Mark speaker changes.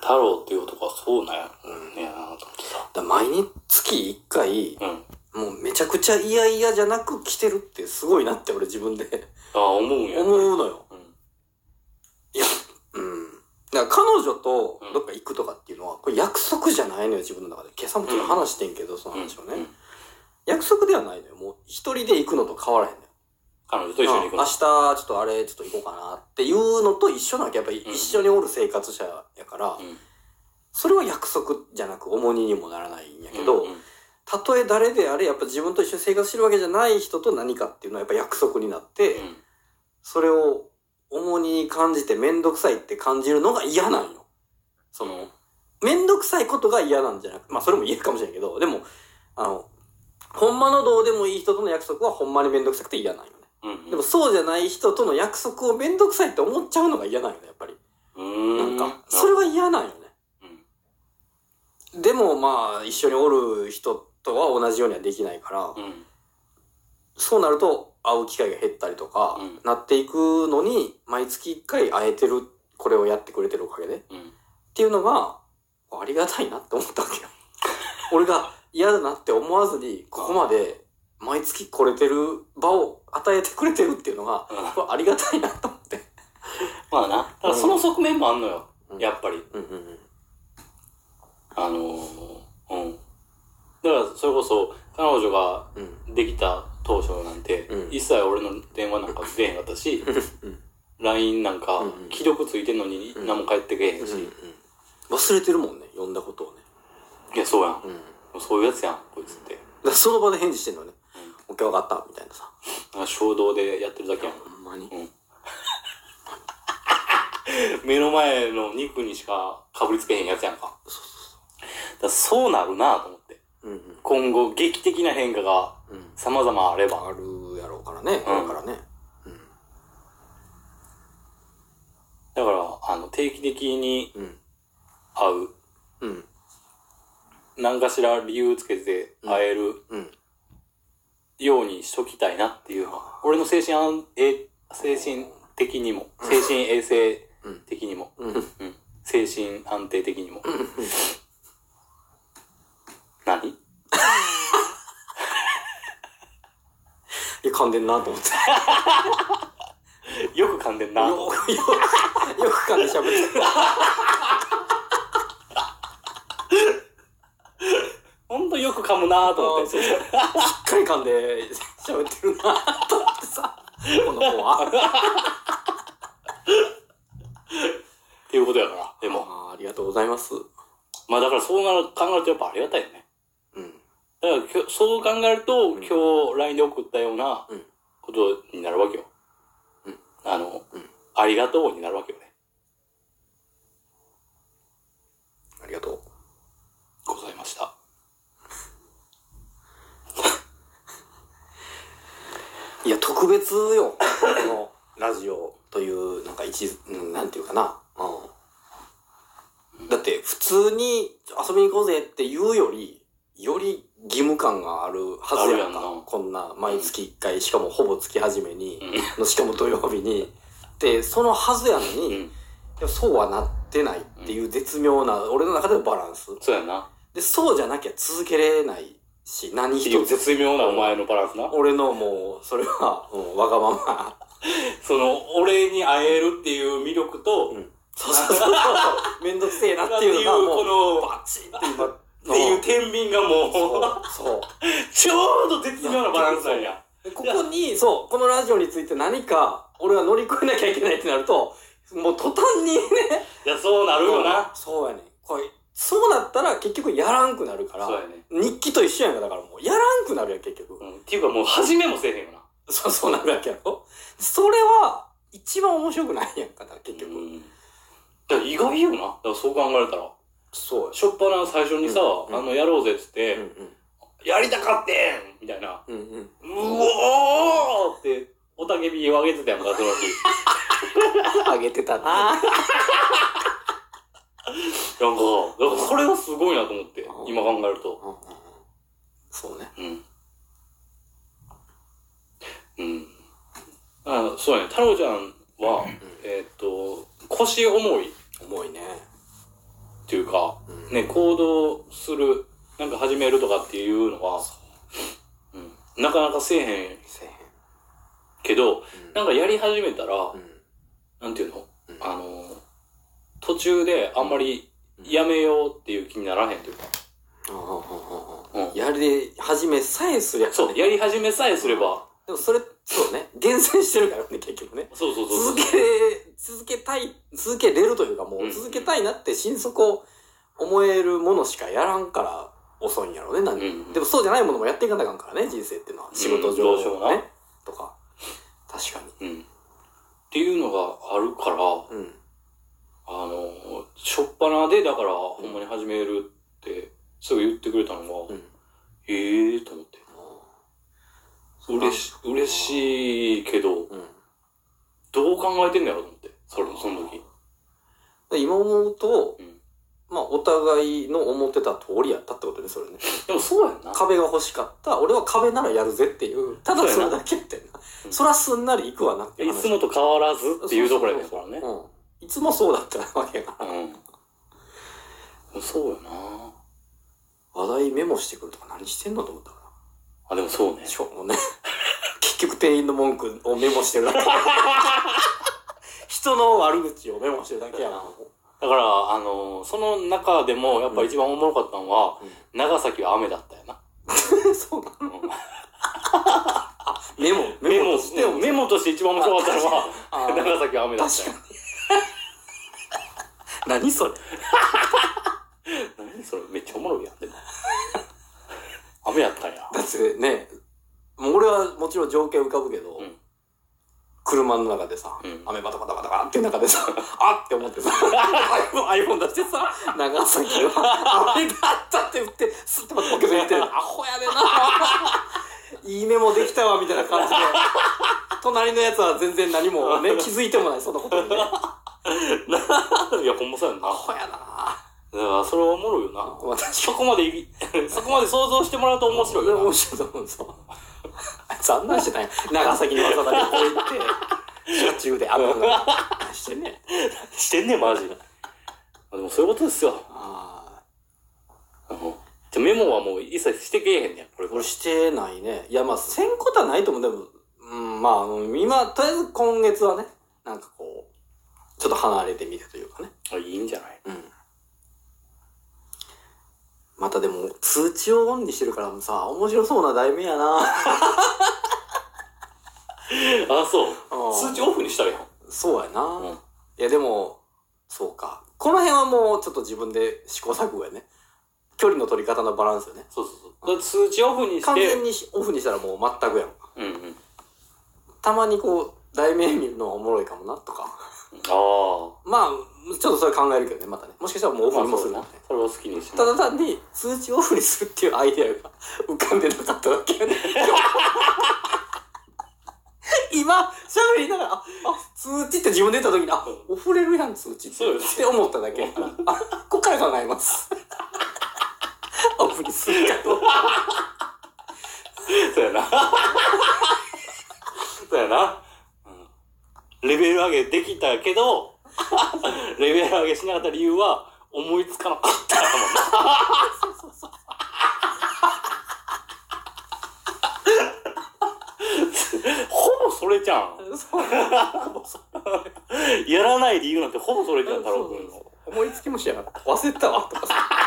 Speaker 1: 太郎っていう男はそうなんや、ねやなと思ってさ。
Speaker 2: だ毎日月一回、
Speaker 1: うん。
Speaker 2: もうめちゃくちゃ嫌々じゃなく来てるってすごいなって俺自分で
Speaker 1: ああ、思うんや。
Speaker 2: 思うのよ。
Speaker 1: うん。
Speaker 2: うん。だから彼女とどっか行くとかっていうのは、これ約束じゃないのよ、自分の中で。今朝もちょっと話してんけど、その
Speaker 1: うん
Speaker 2: 話をね。
Speaker 1: うん
Speaker 2: 約束ではないのよ。もう一人で行くのと変わらへんのよ。
Speaker 1: 彼女と一緒に行く
Speaker 2: うん
Speaker 1: の
Speaker 2: 明。日、ちょっとあれ、ちょっと行こうかなっていうのと一緒なわけ。やっぱり
Speaker 1: うん
Speaker 2: 一緒におる生活者やから、
Speaker 1: うん
Speaker 2: それは約束じゃなく重荷にもならないんやけど、
Speaker 1: うんうん
Speaker 2: たとえ誰であれ、やっぱ自分と一緒に生活してるわけじゃない人と何かっていうのはやっぱ約束になって、それを重荷に感じてめんどくさいって感じるのが嫌なんよ。その、めんどくさいことが嫌なんじゃなく、まあそれも言えるかもしれんけど、でも、あの、ほんまのどうでもいい人との約束はほんまにめんどくさくて嫌なんよね。
Speaker 1: うんうん
Speaker 2: でもそうじゃない人との約束をめんどくさいって思っちゃうのが嫌なんよね、やっぱり。
Speaker 1: う
Speaker 2: な
Speaker 1: ー
Speaker 2: ん
Speaker 1: ん。
Speaker 2: か、それは嫌なんよね。
Speaker 1: うん
Speaker 2: でもまあ一緒におる人とは同じようにはできないから、
Speaker 1: うん。
Speaker 2: そうなると会う機会が減ったりとか、
Speaker 1: うん
Speaker 2: なっていくのに、毎月一回会えてる、これをやってくれてるおかげで、っ
Speaker 1: うん。
Speaker 2: ていうのが、ありがたいなって思ったわ けよ。俺が嫌だなって思わずに、ここまで毎月来れてる場を与えてくれてるっていうのが、
Speaker 1: うん
Speaker 2: これありがたいなと思って。
Speaker 1: まあな。ただその側面もあんのよ
Speaker 2: う。ん
Speaker 1: やっぱり。
Speaker 2: うんうんうん。
Speaker 1: あのー、うん。だから、それこそ、彼女が
Speaker 2: うん。
Speaker 1: できた当初なんて、
Speaker 2: うん
Speaker 1: 一切俺の電話なんか出へんかったし、
Speaker 2: うん。
Speaker 1: LINE なんか
Speaker 2: うんうん、
Speaker 1: 既読ついてんのに
Speaker 2: うん
Speaker 1: 何も返ってけえへんし。
Speaker 2: うん忘れてるもんね、呼んだことをね。
Speaker 1: いや、そうやん。
Speaker 2: うん。だ
Speaker 1: そういうやつやん、こいつって。
Speaker 2: からその場で返事してんのね。オッケー分かった、みたいなさ。
Speaker 1: なんか衝動でやってるだけやん。
Speaker 2: ほんまに。
Speaker 1: 目の前の肉にしかかぶりつけへんやつやんか。だからそうなるなと思って。
Speaker 2: うんうん。
Speaker 1: 今後、劇的な変化が
Speaker 2: うん。
Speaker 1: 様々あれば。
Speaker 2: あるやろうからね、これからね。
Speaker 1: だから、あの、定期的に
Speaker 2: うん。
Speaker 1: 会う。
Speaker 2: うん。
Speaker 1: 何かしら理由つけて会える
Speaker 2: うん。
Speaker 1: ようにしときたいなっていうのは、俺の精神安、え、精神的にも、精神衛生的にも、
Speaker 2: うん。
Speaker 1: うん。精神安定的にも。何
Speaker 2: いや、噛んでんなと思って。
Speaker 1: よく噛んでんな。
Speaker 2: よく、よく、よく噛んで喋ってた。
Speaker 1: ほんとよく噛むなと思って。
Speaker 2: しっかり噛んで喋ってるなと思ってさ、この子 は。
Speaker 1: っていうことやから、でも。
Speaker 2: あーありがとうございます。
Speaker 1: まあだからそうなる考えるとやっぱありがたいよね。
Speaker 2: うん。
Speaker 1: だからきょそう考えると、
Speaker 2: ん
Speaker 1: 今日 LINE で送ったような
Speaker 2: うん
Speaker 1: ことになるわけよ。
Speaker 2: うん
Speaker 1: あの、
Speaker 2: うん
Speaker 1: ありがとうになるわけよね。
Speaker 2: ありがとう。
Speaker 1: ございました。
Speaker 2: いや、特別よ。このラジオという、なんか一、うんなんていうかな。うん。だって、普通に遊びに行こうぜって言うより、より義務感があるはずやん
Speaker 1: あるやんな
Speaker 2: か。こんな、毎月一回、しかもほぼ月始めに、
Speaker 1: う
Speaker 2: しかも土曜日に。で、そのはずやのに、
Speaker 1: ん。う
Speaker 2: い
Speaker 1: ん。
Speaker 2: やそうはなってないっていう絶妙な、俺の中でのバランス。
Speaker 1: そうやな。
Speaker 2: で、そうじゃなきゃ続けれないし、何
Speaker 1: っていう
Speaker 2: 一つ。
Speaker 1: 絶妙なお前のバランスな。
Speaker 2: 俺のもう、それは、うん、わがまま。
Speaker 1: その、俺に会えるっていう魅力と、
Speaker 2: うんそうそうそうそう。めんどくせえなっていうのがもう、
Speaker 1: この、
Speaker 2: バチンって今、っ
Speaker 1: っていう天秤がもう、
Speaker 2: そう。そう
Speaker 1: ちょうど絶妙なバランスなんや。
Speaker 2: でここに、そう、このラジオについて何か、俺は乗り越えなきゃいけないってなると、もう途端にね。
Speaker 1: いや、そうなるよな。
Speaker 2: そうやねん。これ、そうなったら結局やらんくなるから、
Speaker 1: そうやね。
Speaker 2: 日記と一緒やんか、だからもう、やらんくなるやん、結局。
Speaker 1: うん。っていうかもう、始めもせえへんよな。
Speaker 2: そう、そうなるわけやろ。それは、一番面白くないやんか、だから結局。
Speaker 1: うんだから意外よな。だからそう考えたら。
Speaker 2: そうや。
Speaker 1: しょっぱな最初にさ、
Speaker 2: うん
Speaker 1: あの、やろうぜっつって、
Speaker 2: うん
Speaker 1: やりたかってんみたいな。
Speaker 2: うん。うんうん。
Speaker 1: うおーって、おたけびを上げてたやんか、その 日。
Speaker 2: あげてたな。
Speaker 1: なんか、だからそれがすごいなと思って、今考えると。
Speaker 2: うんうんうんそうね。
Speaker 1: うん。うん。あそうやね。太郎ちゃんは、えーっと、腰重い
Speaker 2: 重いね。
Speaker 1: っていうか、
Speaker 2: うん
Speaker 1: ね、行動する、なんか始めるとかっていうのは、うん、なかなかせえへん
Speaker 2: せえへ
Speaker 1: けど、
Speaker 2: ん
Speaker 1: なんかやり始めたら、
Speaker 2: うん
Speaker 1: なんていうの
Speaker 2: うん
Speaker 1: あの、途中であんまりやめようっていう気にならへんというか、
Speaker 2: ああああああ
Speaker 1: うん
Speaker 2: やり始めさえすりゃ
Speaker 1: そう、やり始めさえすれば、
Speaker 2: でもそれそうね厳選してるからね結局ね
Speaker 1: そうそうそう
Speaker 2: 続
Speaker 1: そう。
Speaker 2: け続けたい続けれるというかも
Speaker 1: うん
Speaker 2: う続けたいなって心底思えるものしかやらんから遅いんやろうねなん
Speaker 1: うん
Speaker 2: でもそうじゃないものもやっていかなあかんからね人生っていうのは仕事上、
Speaker 1: うんどうしようもな
Speaker 2: ねとか確かに
Speaker 1: うん。っていうのがあるから、
Speaker 2: うん
Speaker 1: あの、しょっぱなで、だから、ほんまに始めるって、すぐ言ってくれたのが、
Speaker 2: うん
Speaker 1: ええー、と思って。嬉し、嬉しいけど、
Speaker 2: うん
Speaker 1: どう考えてんのやろと思って。それ、その時。
Speaker 2: で今思うと、
Speaker 1: うん
Speaker 2: まあお互いの思ってた通りやったってことねそれね
Speaker 1: でもそうやんな。
Speaker 2: 壁が欲しかった俺は壁ならやるぜっていうただそれだけみたいな
Speaker 1: うん
Speaker 2: そらすんなり行くわなって
Speaker 1: い
Speaker 2: 話
Speaker 1: つもと変わらずっていうところやねん
Speaker 2: そ
Speaker 1: か
Speaker 2: う
Speaker 1: ら
Speaker 2: そうそう
Speaker 1: ね。
Speaker 2: うんいつもそうだったわけやから
Speaker 1: うん。そうやな。
Speaker 2: 話題メモしてくるとか何してんのと思ったか
Speaker 1: あ、でもそうね
Speaker 2: ら。しょうもね 結局店員の文句をメモしてるだけ 人の悪口をメモしてるだけやな
Speaker 1: だから、あの、その中でも、やっぱ一番おもろかったのは、長崎は雨だったよな。
Speaker 2: そうなの
Speaker 1: うん
Speaker 2: メモ
Speaker 1: メモ
Speaker 2: として
Speaker 1: うんメモとして一番面白かったのは、
Speaker 2: あ確かに
Speaker 1: 長崎は 雨だったよ。
Speaker 2: 確かに何それ
Speaker 1: 何それめっちゃおもろいやんでも雨やったんや
Speaker 2: だってね、もう俺はもちろん情景浮かぶけど、
Speaker 1: うん
Speaker 2: 車の中でさ、
Speaker 1: うん
Speaker 2: 雨バタバタバタバタって中 でさ、あって思ってさ、iPhone 出してさ、長崎は雨だったって言って、スッてまたポケットに 入れて、アホやでな。いいメモできたわ、みたいな感じで。隣のやつは全然何もね、気づいてもない、そんなこと に ね。
Speaker 1: いやほんまそうやんな
Speaker 2: アホやな。
Speaker 1: だからそれはおもろいよな
Speaker 2: 私
Speaker 1: そこまでいそこまで想像してもらうと面白いよ
Speaker 2: 面白いと思うんですよ。残念してない。長崎にわざわざ旅行行って、車中で雨 が。何してんねん。
Speaker 1: なしてんねんマジででもそういうことですよ
Speaker 2: あ
Speaker 1: う
Speaker 2: あ。
Speaker 1: んじゃあメモはもう一切してけえへんねんこれこ
Speaker 2: 俺
Speaker 1: れ
Speaker 2: してないね。いや、まあ、せんことはないと思う。でも、うん、まああの、今、とりあえず今月はね、なんかこう、ちょっと離れてみてというかね。
Speaker 1: あいいんじゃない
Speaker 2: うん。またでも、通知をオンにしてるからさ、面白そうな題名やな。
Speaker 1: あそう
Speaker 2: うん
Speaker 1: 通知オフにしたらやん
Speaker 2: そうやな。
Speaker 1: うん
Speaker 2: いやでも、そうか。この辺はもうちょっと自分で試行錯誤やね。距離の取り方のバランスよね。
Speaker 1: そうそうそうだから通知オフにして
Speaker 2: 完全にしオフにしたらもう全くやん。
Speaker 1: うんうん
Speaker 2: たまにこう、題名見るのはおもろいかもな、と
Speaker 1: あ
Speaker 2: か。まあ、ちょっとそれ考えるけどね、またね。もしかしたらもう
Speaker 1: あ
Speaker 2: オフ
Speaker 1: ま
Speaker 2: に
Speaker 1: あ
Speaker 2: も
Speaker 1: そ
Speaker 2: す
Speaker 1: う
Speaker 2: る
Speaker 1: だ
Speaker 2: な
Speaker 1: な。それを好きにして
Speaker 2: ただ単に通知オフにするっていうアイデアが浮かんでなかっただけやね。 今、喋りながら、あ、あ通知って自分で言った時に、あ、オフれるやん、通知って。
Speaker 1: そうよね
Speaker 2: って思っただけやから。あ、こっから考えます。 オフにするかどうか。
Speaker 1: そうやな。そうやな。うんレベル上げできたけど、 レベル上げしなかった理由は思いつかな かったもんな。ほぼそれじゃん。
Speaker 2: そう
Speaker 1: やらない理由なんてほぼそれじゃん、太郎
Speaker 2: そう
Speaker 1: 君の。
Speaker 2: 思いつきもしやがった。忘れたわ、とかさ。